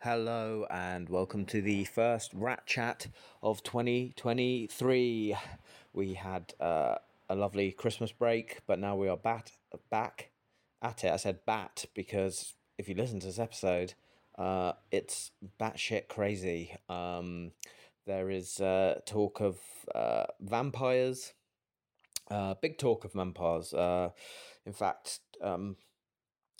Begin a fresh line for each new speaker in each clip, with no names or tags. Hello and welcome to the first Rat Chat of 2023. We had uh, a lovely Christmas break, but now we are bat, back at it. I said bat because if you listen to this episode, uh, it's batshit crazy. Um, there is uh, talk of uh, vampires, uh, big talk of vampires. Uh, in fact, um,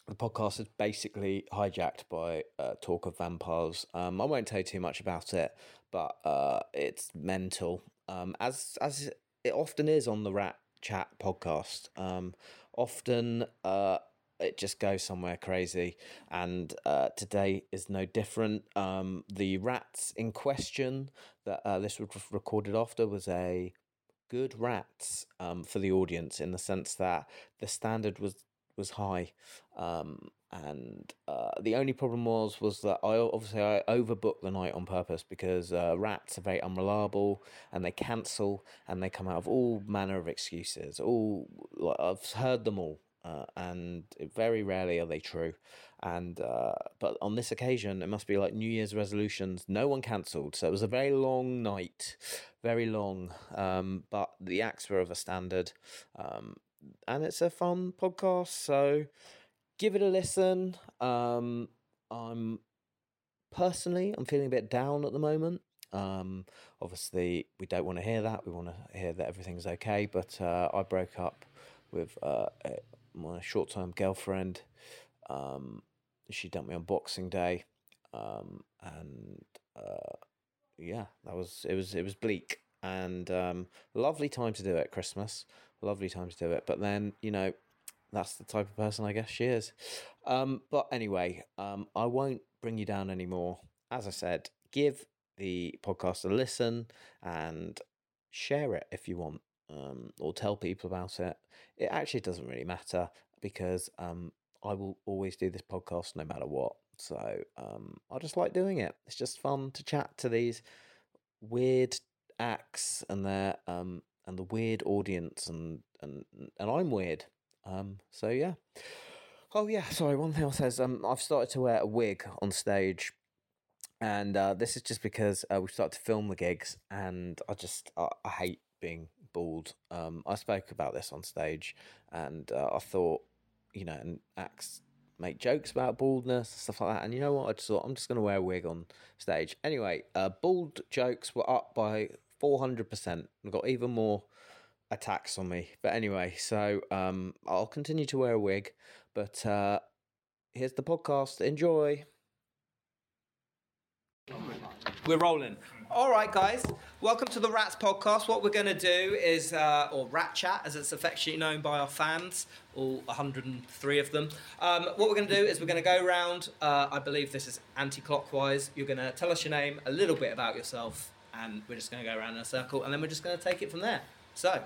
the podcast is basically hijacked by uh, talk of vampires. Um, I won't tell you too much about it, but uh, it's mental, um, as as it often is on the Rat Chat podcast. Um, often uh, it just goes somewhere crazy, and uh, today is no different. Um, the rats in question that uh, this was recorded after was a good rats um, for the audience in the sense that the standard was was high um, and uh, the only problem was was that I obviously I overbooked the night on purpose because uh, rats are very unreliable and they cancel and they come out of all manner of excuses all like, I've heard them all uh, and very rarely are they true. And uh, but on this occasion, it must be like New Year's resolutions. No one cancelled, so it was a very long night, very long. Um, but the acts were of a standard, um, and it's a fun podcast. So give it a listen. Um, I'm personally, I'm feeling a bit down at the moment. Um, obviously, we don't want to hear that. We want to hear that everything's okay. But uh, I broke up with uh, a- my short-term girlfriend. Um, she dumped me on Boxing Day, um, and uh, yeah, that was it. Was it was bleak and um, lovely time to do it. Christmas, lovely time to do it. But then you know, that's the type of person I guess she is. Um, but anyway, um, I won't bring you down anymore. As I said, give the podcast a listen and share it if you want, um, or tell people about it. It actually doesn't really matter because um, I will always do this podcast no matter what. So um, I just like doing it. It's just fun to chat to these weird acts and their um and the weird audience and and and I'm weird. Um so yeah. Oh yeah, sorry, one thing I says um I've started to wear a wig on stage and uh, this is just because uh, we started to film the gigs, and I just I, I hate being bald. Um, I spoke about this on stage, and uh, I thought, you know, and acts make jokes about baldness and stuff like that. And you know what? I just thought I'm just going to wear a wig on stage. Anyway, uh, bald jokes were up by four hundred percent. I got even more attacks on me. But anyway, so um, I'll continue to wear a wig. But uh, here's the podcast. Enjoy. We're rolling. All right, guys. Welcome to the Rats Podcast. What we're going to do is, uh, or Rat Chat, as it's affectionately known by our fans, all 103 of them. Um, what we're going to do is we're going to go round. Uh, I believe this is anti-clockwise. You're going to tell us your name, a little bit about yourself, and we're just going to go around in a circle, and then we're just going to take it from there. So,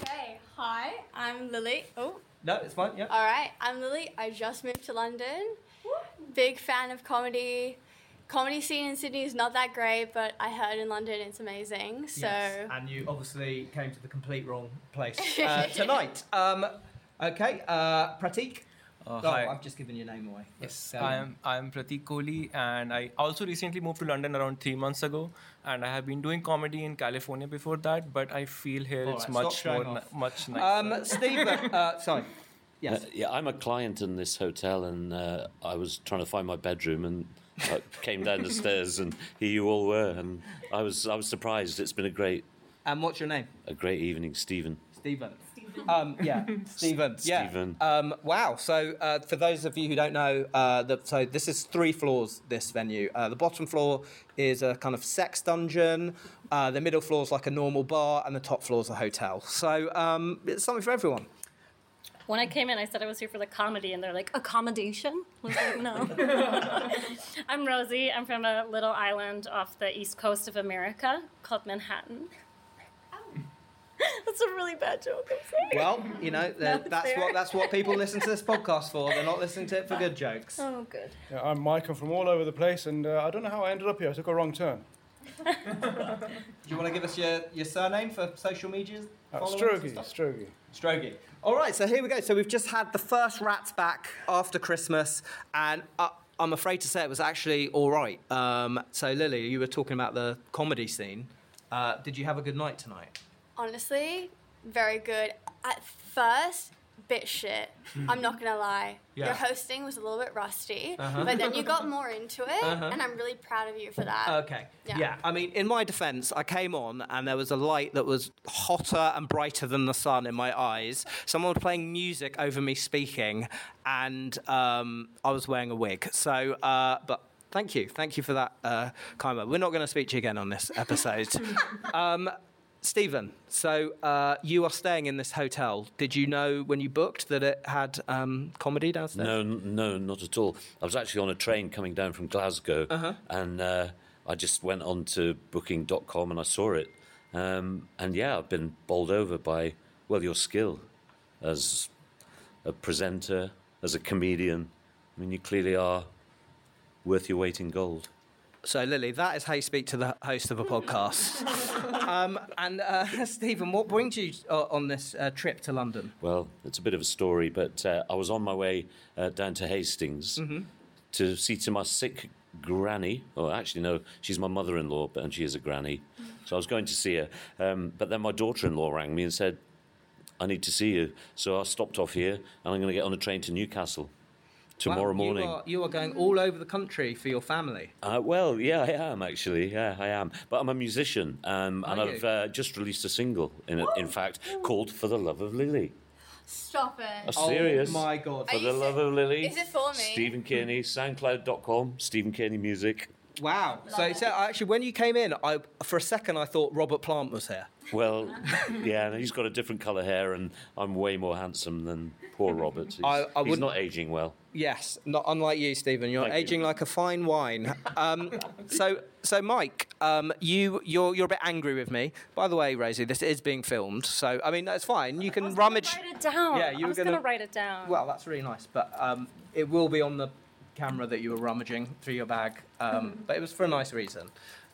Okay, hi, I'm Lily. Oh,
no, it's fine. Yeah.
all right, I'm Lily. I just moved to London. Big fan of comedy. Comedy scene in Sydney is not that great, but I heard in London it's amazing. So,
Yes, and you obviously came to the complete wrong place uh, tonight. Um, okay, uh, Pratik.
Uh,
oh,
hi.
I've just given your name away.
Yes,
Um,
I am. I am Pratik Kohli, and I also recently moved to London around three months ago. And I have been doing comedy in California before that, but Oh, I feel here
All
it's
right,
much
stop
more
showing
ni-
off.
much nicer.
Um, Stephen, uh, sorry.
Uh,
Yes.
yeah, I'm a client in this hotel, and uh, I was trying to find my bedroom, and I came down the stairs, and here you all were, and I was I was surprised. It's been a great
And what's your name?
a great evening, Stephen.
Stephen. Um, yeah, Stephen. Yeah.
Stephen.
Um, wow. So, uh, for those of you who don't know, uh, the, so this is three floors. This venue. Uh, the bottom floor is a kind of sex dungeon. Uh, the middle floor is like a normal bar, and the top floor is a hotel. So, um, it's something for everyone.
When I came in, I said I was here for the comedy, and they're like, accommodation? I was like, no. I'm Rosie. I'm from a little island off the east coast of America called Manhattan. Oh. That's a really bad joke. I'm sorry.
Well, you know the-
it's
that's
fair.
what that's what people listen to this podcast for. They're not listening to it for good jokes.
Oh, good.
Yeah, I'm Mike. I'm from all over the place, and uh, I don't know how I ended up here. I took a wrong turn.
Do you want to give us your, your surname for social media?
Uh,
followers and
Strogy,
stuff?
Strogy.
Strogy.
All right, so here we go. So we've just had the first Rats back after Christmas, and uh, I'm afraid to say it was actually all right. Um, so Lily, you were talking about the comedy scene. Uh, did you have a good night tonight?
Honestly, very good. At first, bit shit.
Hmm.
I'm not gonna lie.
Yeah.
Your hosting was a little bit rusty,
Uh-huh.
but then you got more into it, and I'm really proud of you for that.
Okay. Yeah.
Yeah.
I mean, in my defense, I came on and there was a light that was hotter and brighter than the sun in my eyes. Someone was playing music over me speaking, and um, I was wearing a wig. So, uh, but. Thank you. Thank you for that, uh, Kaima. We're not going to speak to you again on this episode. um, Stephen, so uh, you are staying in this hotel. Did you know when you booked that it had um, comedy downstairs?
No, n- no, not at all. I was actually on a train coming down from Glasgow, and uh, I just went on to booking.com and I saw it. Um, and yeah, I've been bowled over by, well, your skill as a presenter, as a comedian. I mean, you clearly are worth your weight in gold.
So, Lily, that is how you speak to the host of a podcast. um, and uh, Stephen, what brings you uh, on this uh, trip to London?
Well, it's a bit of a story, but uh, I was on my way uh, down to Hastings
Mm-hmm.
to see to my sick granny. Oh, actually, no, she's my mother-in-law, but and she is a granny,
Mm.
so I was going to see her. Um, but then my daughter-in-law rang me and said, "I need to see you." So I stopped off here, and I'm going to get on a train to Newcastle tomorrow
Wow,
morning.
you are, you are going all over the country for your family.
Uh, well, yeah, I am actually. Yeah, I am. But I'm a musician, um, and
Are
I've
you? Oh,
uh, just released a single, in, in fact, called "For the Love of Lily."
Stop it.
I'm serious.
Oh my god!
For
Are you
the
se-
love of Lily.
is it for me?
Stephen Kearney, soundcloud.com, Stephen Kearney Music.
Wow. So,
it.
so uh, actually, when you came in, I for a second I thought Robert Plant was here.
Well, yeah, and he's got a different colour hair, and I'm way more handsome than poor Robert. He's,
I- I
he's
wouldn't-
not aging well.
Yes, not unlike you, Stephen. You're
Thank you.
aging like a fine wine. Um, so, so Mike, um, you you're you're a bit angry with me. By the way, Rosie, this is being filmed, so I mean that's fine. You can rummage.
Write it down.
Yeah, you were
I was
gonna-
gonna write it down.
Well, that's really nice, but um, it will be on the camera that you were rummaging through your bag. Um, but it was for a nice reason.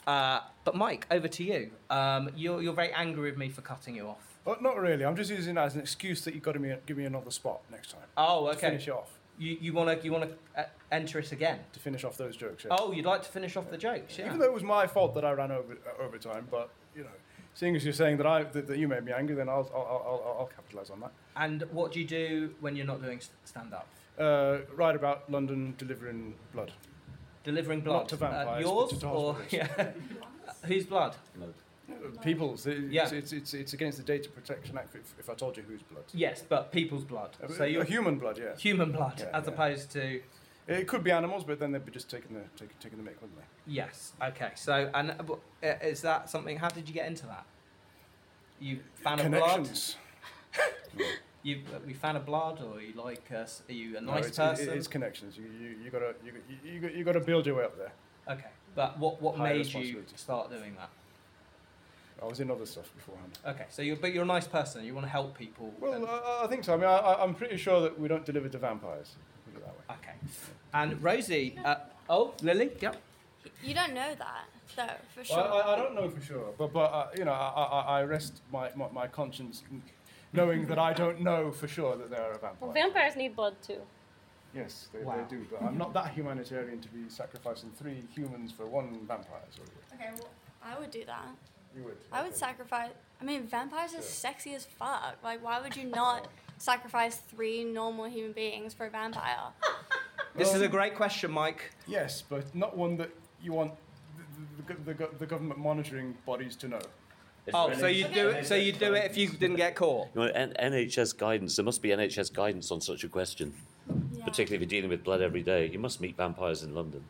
Uh, but Mike, over to you. Um, you're, you're very angry with me for cutting you off.
But Oh, not really. I'm just using that as an excuse that you've got to me, give me another spot next time.
Oh,
To finish off.
You, you wanna you wanna uh, enter it again?
To finish off those jokes. Yeah.
Oh, you'd like to finish off the jokes? Yeah.
Even though it was my fault that I ran over uh, overtime, but you know, seeing as you're saying that I that, that you made me angry, then I'll I'll, I'll, I'll, I'll capitalize on that.
And what do you do when you're not doing stand up?
Uh, right about London delivering blood.
Delivering blood. Uh,
to vampires, but
yours
to
or
hospitals.
yeah. Whose blood?
People's. It's,
Yeah.
it's, it's, it's against the Data Protection Act if, if I told you whose blood.
Yes, but people's blood. So
Uh,
you're
human blood, yeah.
human blood
Yeah,
as
yeah.
opposed to
It could be animals, but then they'd be just taking the taking, taking the mick, wouldn't they?
Yes. Okay. So, and uh, w- uh, is that something? How did you get into that? You fan of blood?
Connections.
You uh, you fan of blood, or you like? Uh, s- are you a
No,
nice
it's,
person?
It, it's connections. You you you gotta you you, you, gotta- you gotta build your way up there.
okay. But what what
Higher
made you
responsibility.
start doing that?
I was in other stuff beforehand.
Okay. So you're but you're a nice person. You want to help people.
Well,
and-
I, I think so. I mean, I- I, I'm pretty sure that we don't deliver to vampires. Put it that way.
okay. And Rosie. Uh, oh, Lily. Yep.
You don't know that, though, for sure.
Well, I, I don't know for sure, but but uh, you know, I, I, I- I rest my, my, my conscience n- knowing that I don't know for sure that there are vampires.
Well, vampires need blood too.
yes, they,
Wow.
they do, but I'm not that humanitarian to be sacrificing three humans for one vampire. Sorry.
okay, well, I would do that.
You would.
I would
okay.
sacrifice. I mean, vampires are sexy as fuck. Like, why would you not sacrifice three normal human beings for a vampire?
This is
Well-
a great question, Mike.
Yes, but not one that you want the, the, the, go- the government monitoring bodies to know.
Oh, so you do it. So you do it if you didn't get caught.
You know, N- NHS guidance. There must be NHS guidance on such a question,
Yeah.
particularly if you're dealing with blood every day. You must meet vampires in London.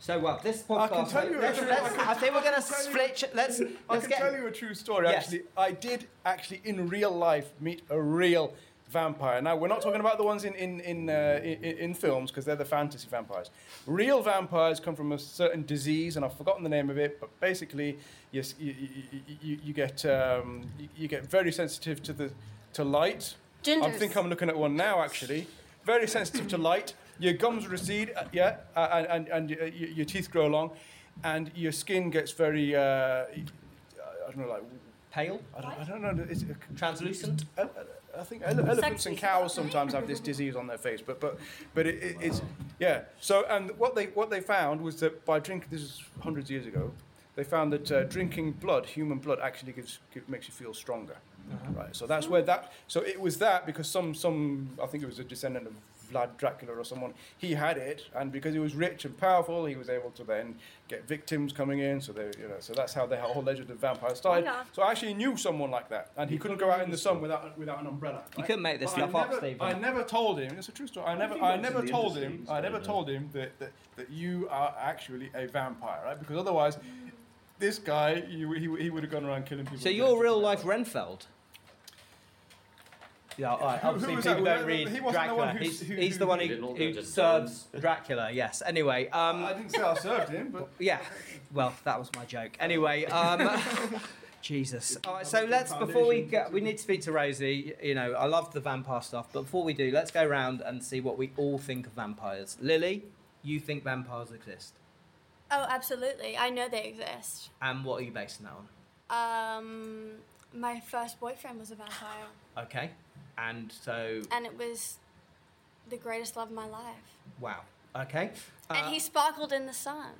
So well, this
I
podcast.
can tell you-
let's-
I can-
let's-
I can-
I think we're gonna
I can tell you-
split. Let's.
I
let's
can
get-
tell you a true story.
Yes.
Actually, I did actually in real life meet a real vampire. Now we're not talking about the ones in in in uh, in, in films because they're the fantasy vampires. Real vampires come from a certain disease, and I've forgotten the name of it. But basically, yes, you you, you, you get um, you, you get very sensitive to the to light. I
Gingers.
think I'm looking at one now, actually. Very sensitive to light. Your gums recede, uh, yeah, uh, and, and, and uh, your, your teeth grow long, and your skin gets very, uh, I don't know, like,
Pale,
I don't, I don't know, it's,
translucent.
uh, uh, I think ele- elephants
Sexy.
and cows sometimes have this disease on their face, but but but it, it, it's yeah. So and what they what they found was that by drinking this is hundreds of years ago, they found that uh, drinking blood, human blood, actually gives gi- makes you feel stronger. Right. So that's where that. So it was that because some some I think it was a descendant of Vlad Dracula or someone. He had it, and because he was rich and powerful, he was able to then get victims coming in. So they, you know, so that's how the whole legend of vampires started.
Yeah.
So I actually knew someone like that, and he couldn't go out in the sun without without an umbrella.
You
right?
couldn't make this
But I
stuff up,
never-
Stephen.
I never told him. It's a true story. I never, I never told him. I never told him that, that that you are actually a vampire, right? Because otherwise, this guy, you, he, he would have gone around killing people.
So you're real life Renfeld. Yeah, all right.
Who- who
obviously
was
people
that?
don't
Who-
read
he wasn't the
Dracula.
one who-
he's,
who-
he's
who-
the one
They
who,
didn't all
who
go to
serves Dracula. Yes. Anyway, um,
I didn't say I served him, but
yeah. Well, that was my joke. Anyway, um, Jesus. All right. So let's before we go, we need to speak to Rosie. You know, I love the vampire stuff, but before we do, let's go round and see what we all think of vampires. Lily, you think vampires exist,
Oh, absolutely. I know they exist.
and what are you basing that on?
Um, my first boyfriend was a vampire,
Okay. And so,
and it was the greatest love of my life.
wow. Okay.
and
Uh,
he sparkled in the sun.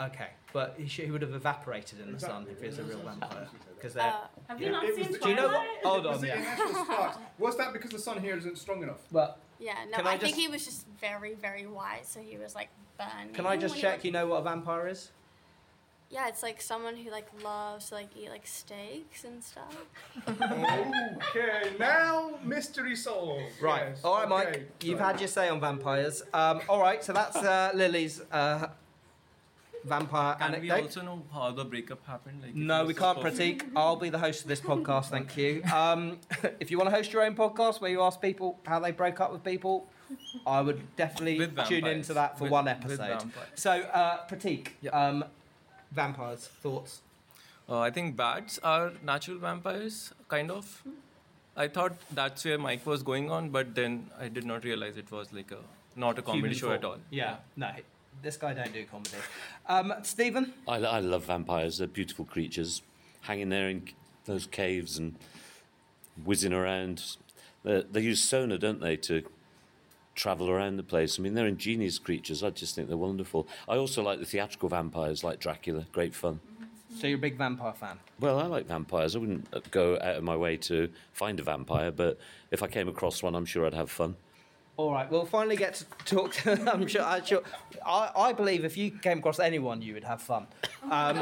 Okay, but he, should, he would have evaporated in the sun if he was a real vampire. Because they're.
Uh,
Have you not
It was
seen
the-
Twilight?
Do you know what? Hold on,
Was it
yeah.
natural sparks? Was that because the sun here isn't strong enough?
But
yeah, no,
Can
I,
I
think
just-
he was just very, very white, so he was like burning.
can I
when
just
he
check?
was-
You know what a vampire is?
Yeah, it's like someone who like loves to like eat like steaks and stuff.
Okay, now mystery solved.
Right.
Yes,
all right, Mike.
okay.
You've had your say on vampires. Um, all right, so that's uh, Lily's uh, vampire
Can we
anecdote.
also know how the breakup happened? Like, if it
no,
was
we
so
can't
perfect?
critique. I'll be the host of this podcast, thank you. Um, if you want to host your own podcast where you ask people how they broke up with people, I would definitely
With
tune
vampires.
into that for
With-
one
with
episode.
vampires.
So, uh, Pratik,
Yep.
um, vampires, thoughts?
Uh, I think bats are natural vampires, kind of. I thought that's where Mike was going on, but then I did not realize it was like a not a comedy
Human
show
form.
at all.
Yeah, no, this guy don't do comedy. Um, Stephen,
I, I love vampires. They're beautiful creatures, hanging there in c- those caves and whizzing around. They, they use sonar, don't they, to travel around the place? I mean, they're ingenious creatures. I just think they're wonderful. I also like the theatrical vampires, like Dracula. Great fun.
so you're a big vampire fan.
Well, I like vampires. I wouldn't uh, go out of my way to find a vampire, but if I came across one, I'm sure I'd have fun.
All right, we'll finally get to talk. To, I'm sure. I'm sure I, I believe if you came across anyone, you would have fun. Um,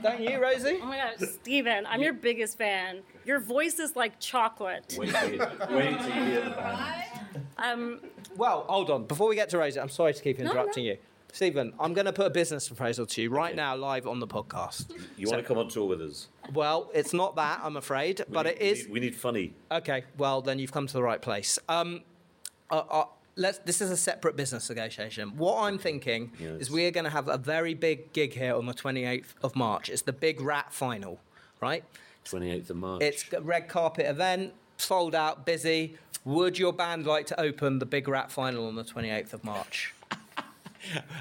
don't you, Rosie?
Oh my gosh, Steven, I'm your biggest fan. Your voice is like chocolate.
Wait till you hear the
Um,
Well, hold on. Before we get to Rosie, I'm sorry to keep
no.
interrupting you. Stephen, I'm going to put a business proposal to you right now, live on the podcast.
You want to come on tour with us?
Well, it's not that, I'm afraid, but it is.
We need funny.
Okay, well then you've come to the right place. Um, uh, uh, let's. This is a separate business negotiation. What I'm thinking
Yes.
is we are going to have a very big gig here on the 28th of March. It's the big rat final, right?
28th of March.
It's a red carpet event, sold out, busy. Would your band like to open the big rat final on the 28th of March?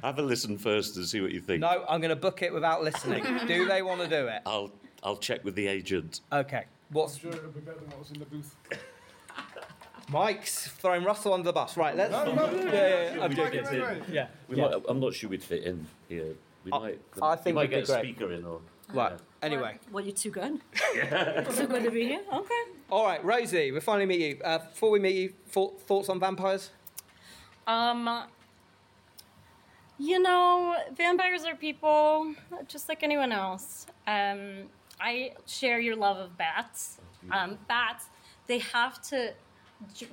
Have a listen first and see what you think.
No, I'm going to book it without listening. do they want to do it?
I'll I'll check with the agent.
Okay. What's
Sure, it'll be better than what was in the booth.
Mike's throwing Russell under the bus? Right. Let's.
No, no, no, no,
yeah, yeah, I'm
Mike,
joking.
wait, wait, wait.
Yeah.
We might, I'm not sure we'd fit in here. We
I-
might.
I think
we might
we'd be
get a
great.
speaker in or.
Right. Anyway.
what, you too good? too good to be here? Okay.
All right, Rosie, we finally meet you. Uh, before we meet you, thou- thoughts on vampires?
Um, you know, vampires are people just like anyone else. Um, I share your love of bats. Um, bats, they have to,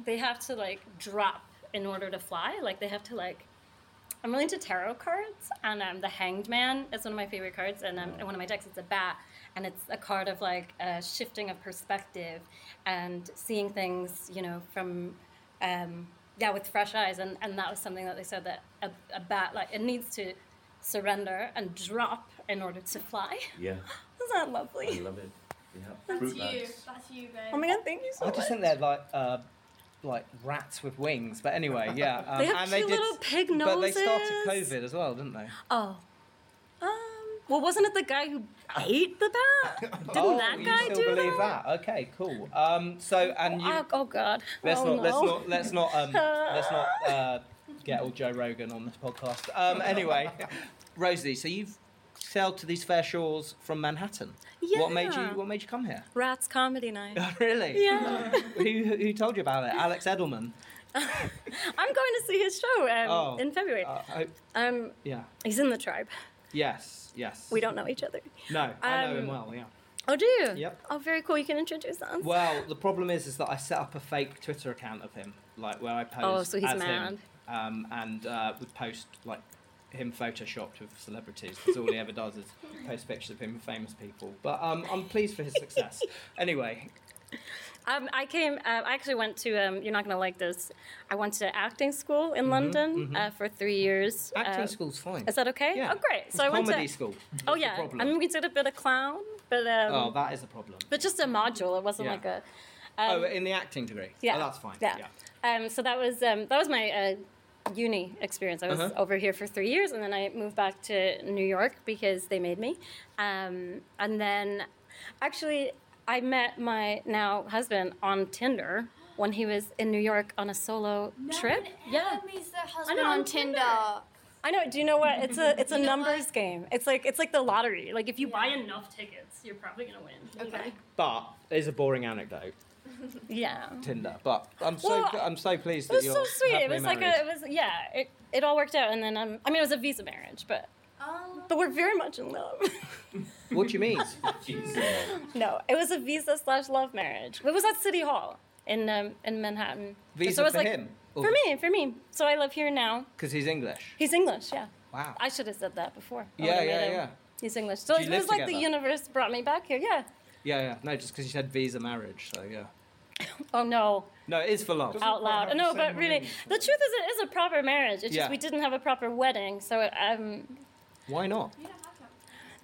they have to like drop in order to fly. Like they have to like. I'm really into tarot cards, and um, the Hanged Man is one of my favorite cards, and um, in one of my decks it's a bat, and it's a card of like uh, shifting of perspective, and seeing things, you know, from um, yeah, with fresh eyes, and, and that was something that they said that a, a bat like it needs to surrender and drop in order to fly.
Yeah,
Isn't that
I
lovely?
love it. Yeah, fruit bats.
That's you,
Oh
babe.
my god, thank you so
I
much.
just think they're like uh, like rats with wings. But anyway, yeah. Um,
They have cute little pig
But they started
noses.
COVID as well, didn't they?
oh, um, Well, wasn't it the guy who ate the bat? Didn't that
Oh, you
guy
still
do
believe that? Okay, cool. Um, so and you
Oh, oh God.
let's
oh,
not
no.
let's not let's not um, let's not uh, get all Joe Rogan on this podcast. Um, anyway, Rosie, so you've sailed to these fair shores from Manhattan. What made you
Yeah.
What made you come here? Oh,
Rats comedy night.
really?
Yeah.
Who, who who told you about it? Alex Edelman.
I'm going to see his show um,
Oh.
in February.
Uh, I,
um,
yeah.
he's in the tribe.
Yes. Yes.
We don't know each other.
No, I know him
Um,
well. Yeah.
Oh, do you?
Yep.
Oh, very cool. You can introduce us.
Well, the problem is, is that I set up a fake Twitter account of him, like where I post
Oh, so he's
as
mad.
him, um, and uh, would post like him photoshopped with celebrities. That's all he ever does is post pictures of him with famous people. But um, I'm pleased for his success. anyway,
Um, I came. Uh, I actually went to. Um, you're not going to like this. I went to acting school in London Uh, for three years.
Mm-hmm, acting
Uh,
school's fine.
Is that okay?
Yeah.
Oh, great. So I went
comedy
to.
school.
Oh
That's the
yeah.
problem.
I mean, we did a bit of clown, but um,
oh, that is a problem.
but just a module. It wasn't
Yeah.
like a.
oh, in the acting degree.
Yeah.
Oh, that's fine.
Yeah. Um, so that was um, that was my uh, uni experience. I was
Uh-huh.
over here for three years, and then I moved back to New York because they made me. Um, and then, actually, I met my now husband on Tinder when he was in New York on a solo trip. Yeah.
He's the husband
know,
on
on
Tinder.
Tinder. I know. Do you know what? It's a it's a
know
numbers
what?
game. It's like it's like the lottery. Like if you buy enough tickets, you're probably gonna win.
Okay.
But it's a boring anecdote,
Yeah.
Tinder. But I'm so
Well,
I'm so pleased
It
that
was
you're
so sweet. It
happily
was like
married.
a it was yeah. It it all worked out, and then um, I mean it was a visa marriage, but
Oh.
But we're very much in love.
What do you mean?
no, it was a visa slash love marriage. It was at City Hall in um, in Manhattan.
Visa
so it was
for
like,
him? Oh. Or-
For me, for me. So I live here now.
Because he's English.
He's English, yeah.
Wow.
I should have said that before. I
Yeah,
would've
yeah,
made him-
yeah.
He's English. So
Do you
it
live
was like the
together?
universe brought me back here. Yeah.
Yeah, yeah. No, just because you said visa marriage, so yeah.
Oh no,
No, it is for love.
out loud. No, but really, the truth is, it is a proper marriage. It's
Yeah.
just we didn't have a proper wedding, so it, um,
Why not?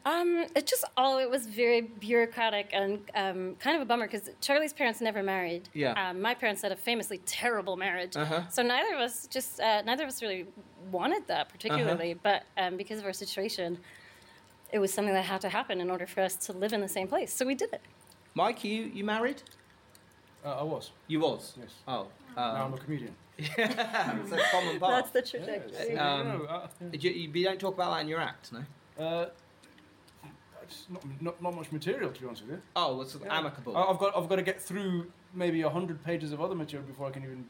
Um, it just all it was very bureaucratic and um, kind of a bummer because Charlie's parents never married.
Yeah.
Um, my parents had a famously terrible marriage,
Uh-huh.
so neither of us just uh, neither of us really wanted that particularly. But um, because of our situation, it was something that had to happen in order for us to live in the same place. So we did it.
Mike, you you married?
Uh, I was.
You was.
Yes.
Oh.
Now
Um,
I'm a comedian.
it's a common
That's
path.
the trajectory.
Um, you, you you don't talk about that in your act, no?
Uh, it's not, not, not much material, to be honest with you.
Oh, it's amicable.
I- I've got I've got to get through maybe hundred pages of other material before I can even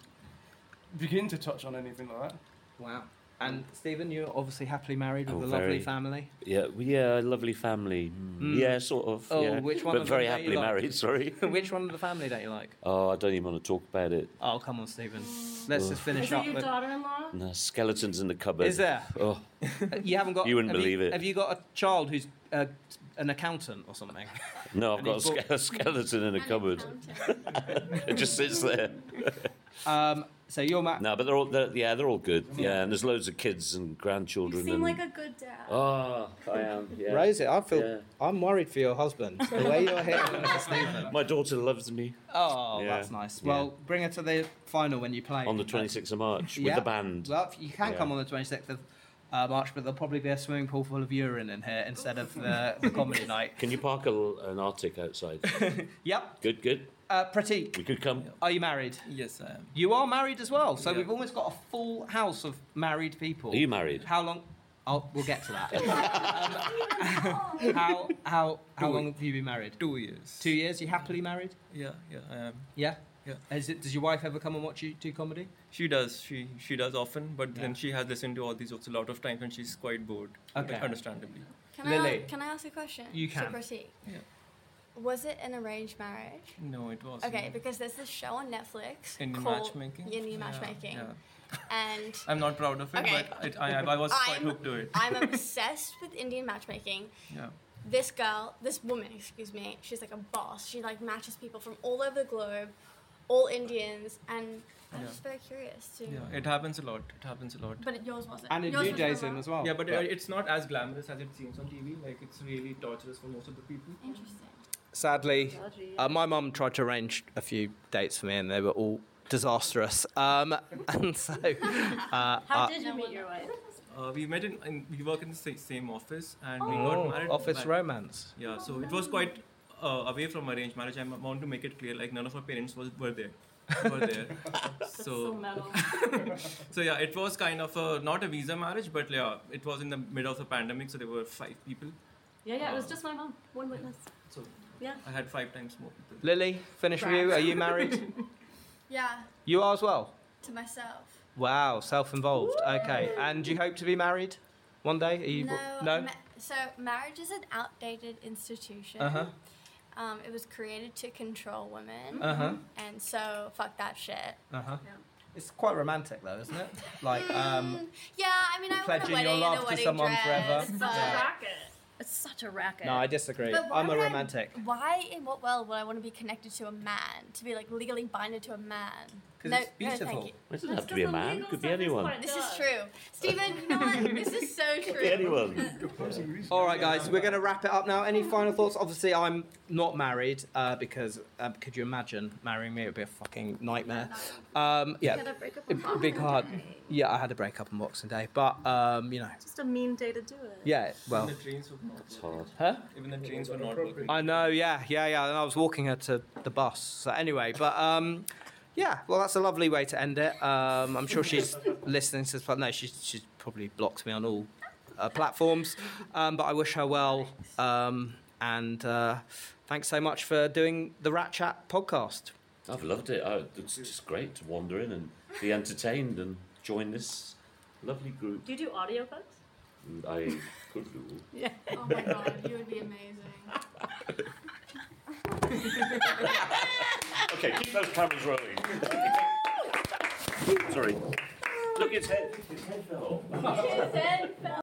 begin to touch on anything like that.
Wow. And Stephen, you're obviously happily married with
Oh,
a lovely
very.
family.
Yeah, well, yeah, a lovely family. Mm, Yeah, sort of.
Oh,
yeah.
which one
But
of them
very
do you
happily
like?
married. Sorry.
Which one of the family don't you like?
Oh, I don't even want to talk about it.
Oh, come on, Stephen. Let's just finish
Is
up.
it your
with-
daughter-in-law?
No, skeletons in the cupboard.
Is there?
Oh,
Uh, You haven't got.
You wouldn't
have
believe it.
Have you got a child who's uh, an accountant or something?
no, I've
And
got a,
he's bought-
ske- a skeleton in a cupboard. It just sits there.
Um, so you're ma-
No, but they're all, they're, yeah, they're all good. Yeah, and there's loads of kids and
You
grandchildren.
seem
and,
like a good dad.
Oh, I am. Yeah.
Rosie, I feel
Yeah.
I'm worried for your husband. The way you're hitting Stephen.
My daughter loves me
Oh,
Yeah.
that's nice.
Yeah.
Well, bring her to the final when you play
on the 26th of March with
Yeah.
the band.
Well, if you can
Yeah.
come on the 26th of uh, March, but there'll probably be a swimming pool full of urine in here instead of the, the comedy night.
Can you park a, an Arctic outside?
Yep.
good, good.
Uh, Pratik,
We could come.
are you married?
Yes, I am.
You are married as well, so
Yeah.
we've almost got a full house of married people.
Are you married?
How long? Oh, we'll get to that. Um, how how how
Two
long
weeks.
have you been married?
Two years.
Two years. You happily married?
Yeah, yeah, I am.
Yeah.
Yeah.
Is it, does your wife ever come and watch you do comedy?
She does. She she does often, but then
Yeah.
she has listened to all these jokes a lot of times, and she's quite bored.
Okay.
Understandably.
Can
Lily.
I can I ask a question?
You
To
can.
proceed.
Yeah.
Was it an arranged marriage?
No, it was.
Mm-hmm.
Okay, because there's this show on Netflix
Indie
called
matchmaking.
Indie
Yeah,
matchmaking,
yeah.
and
I'm not proud of it,
Okay.
but it, I, I was quite
I'm-
hooked to it.
I'm obsessed with Indian matchmaking.
Yeah.
This girl, this woman, excuse me, she's like a boss. She like matches people from all over the globe, all Indians, and I'm
Yeah.
just very curious to.
Yeah, it happens a lot. It happens a lot.
But it, yours wasn't.
And in
yours
New
was
Days
from
in
a-
as well.
yeah, but uh, it's not as glamorous as it seems on TV. Like it's really torturous for most of the people.
Interesting.
Um, Sadly, uh, my mum tried to arrange a few dates for me, and they were all disastrous. Um, and so, uh,
How did you meet your wife?
Uh, we met in, in we work in the sa- same office and we got married.
office
back-
romance.
Yeah, so it was quite uh, away from arranged marriage. I m- want to make it clear, like none of our parents was were there. Were there.
So
so
metal.
so yeah, it was kind of a not a visa marriage, but yeah, it was in the middle of the pandemic, so there were five people.
Yeah, yeah, it was just my mom. One witness.
So
Yeah.
I had five times more people.
Lily, finish with you. Are you married?
Yeah,
you are as well.
to myself.
Wow, self-involved. Okay, and do you hope to be married one day? Are you,
no. ma- so marriage is an outdated institution.
Uh huh.
Um, it was created to control women,
Uh huh.
and so fuck that shit.
Uh huh.
Yeah.
It's quite romantic though, isn't it? Like, um,
Mm, yeah, I mean, I want a
pledging your
wedding
love
and a
to
wedding
someone
dress,
forever.
It's
but-
such a racket. It's such a racket.
no, I disagree.
But why
I'm a
would I-
romantic.
Why in what world would I want to be connected to a man? To be like legally binded to a man?
'Cause it's beautiful.
you.
It doesn't have to be a man. It could be anyone.
This is true. Stephen, you know what? This is so true.
Be anyone.
All right, guys, we're going to wrap it up now. Any final thoughts? Obviously, I'm not married uh, because uh, could you imagine marrying me? It would be a fucking nightmare. Um, yeah, it'd be big hard. Yeah, I had a breakup on Boxing Day, but um, you know,
Just a mean day to do it.
yeah, well,
Even the trains were not working.
Hard.
huh?
Even the trains were not working.
I know, yeah, yeah, yeah. And I was walking her to the bus. So anyway, but um, yeah, well, that's a lovely way to end it. Um, I'm sure she's listening to this, but no, she's she's probably blocked me on all uh, platforms. Um, but I wish her well. Um, and uh, thanks so much for doing the Rat Chat podcast.
I've loved it. I, it's just great to wander in and be entertained and join this lovely group.
Do you do audiobooks?
I could do.
Oh my god, you would be amazing.
Okay, keep those cameras rolling. Sorry. Look, his head, his head fell off.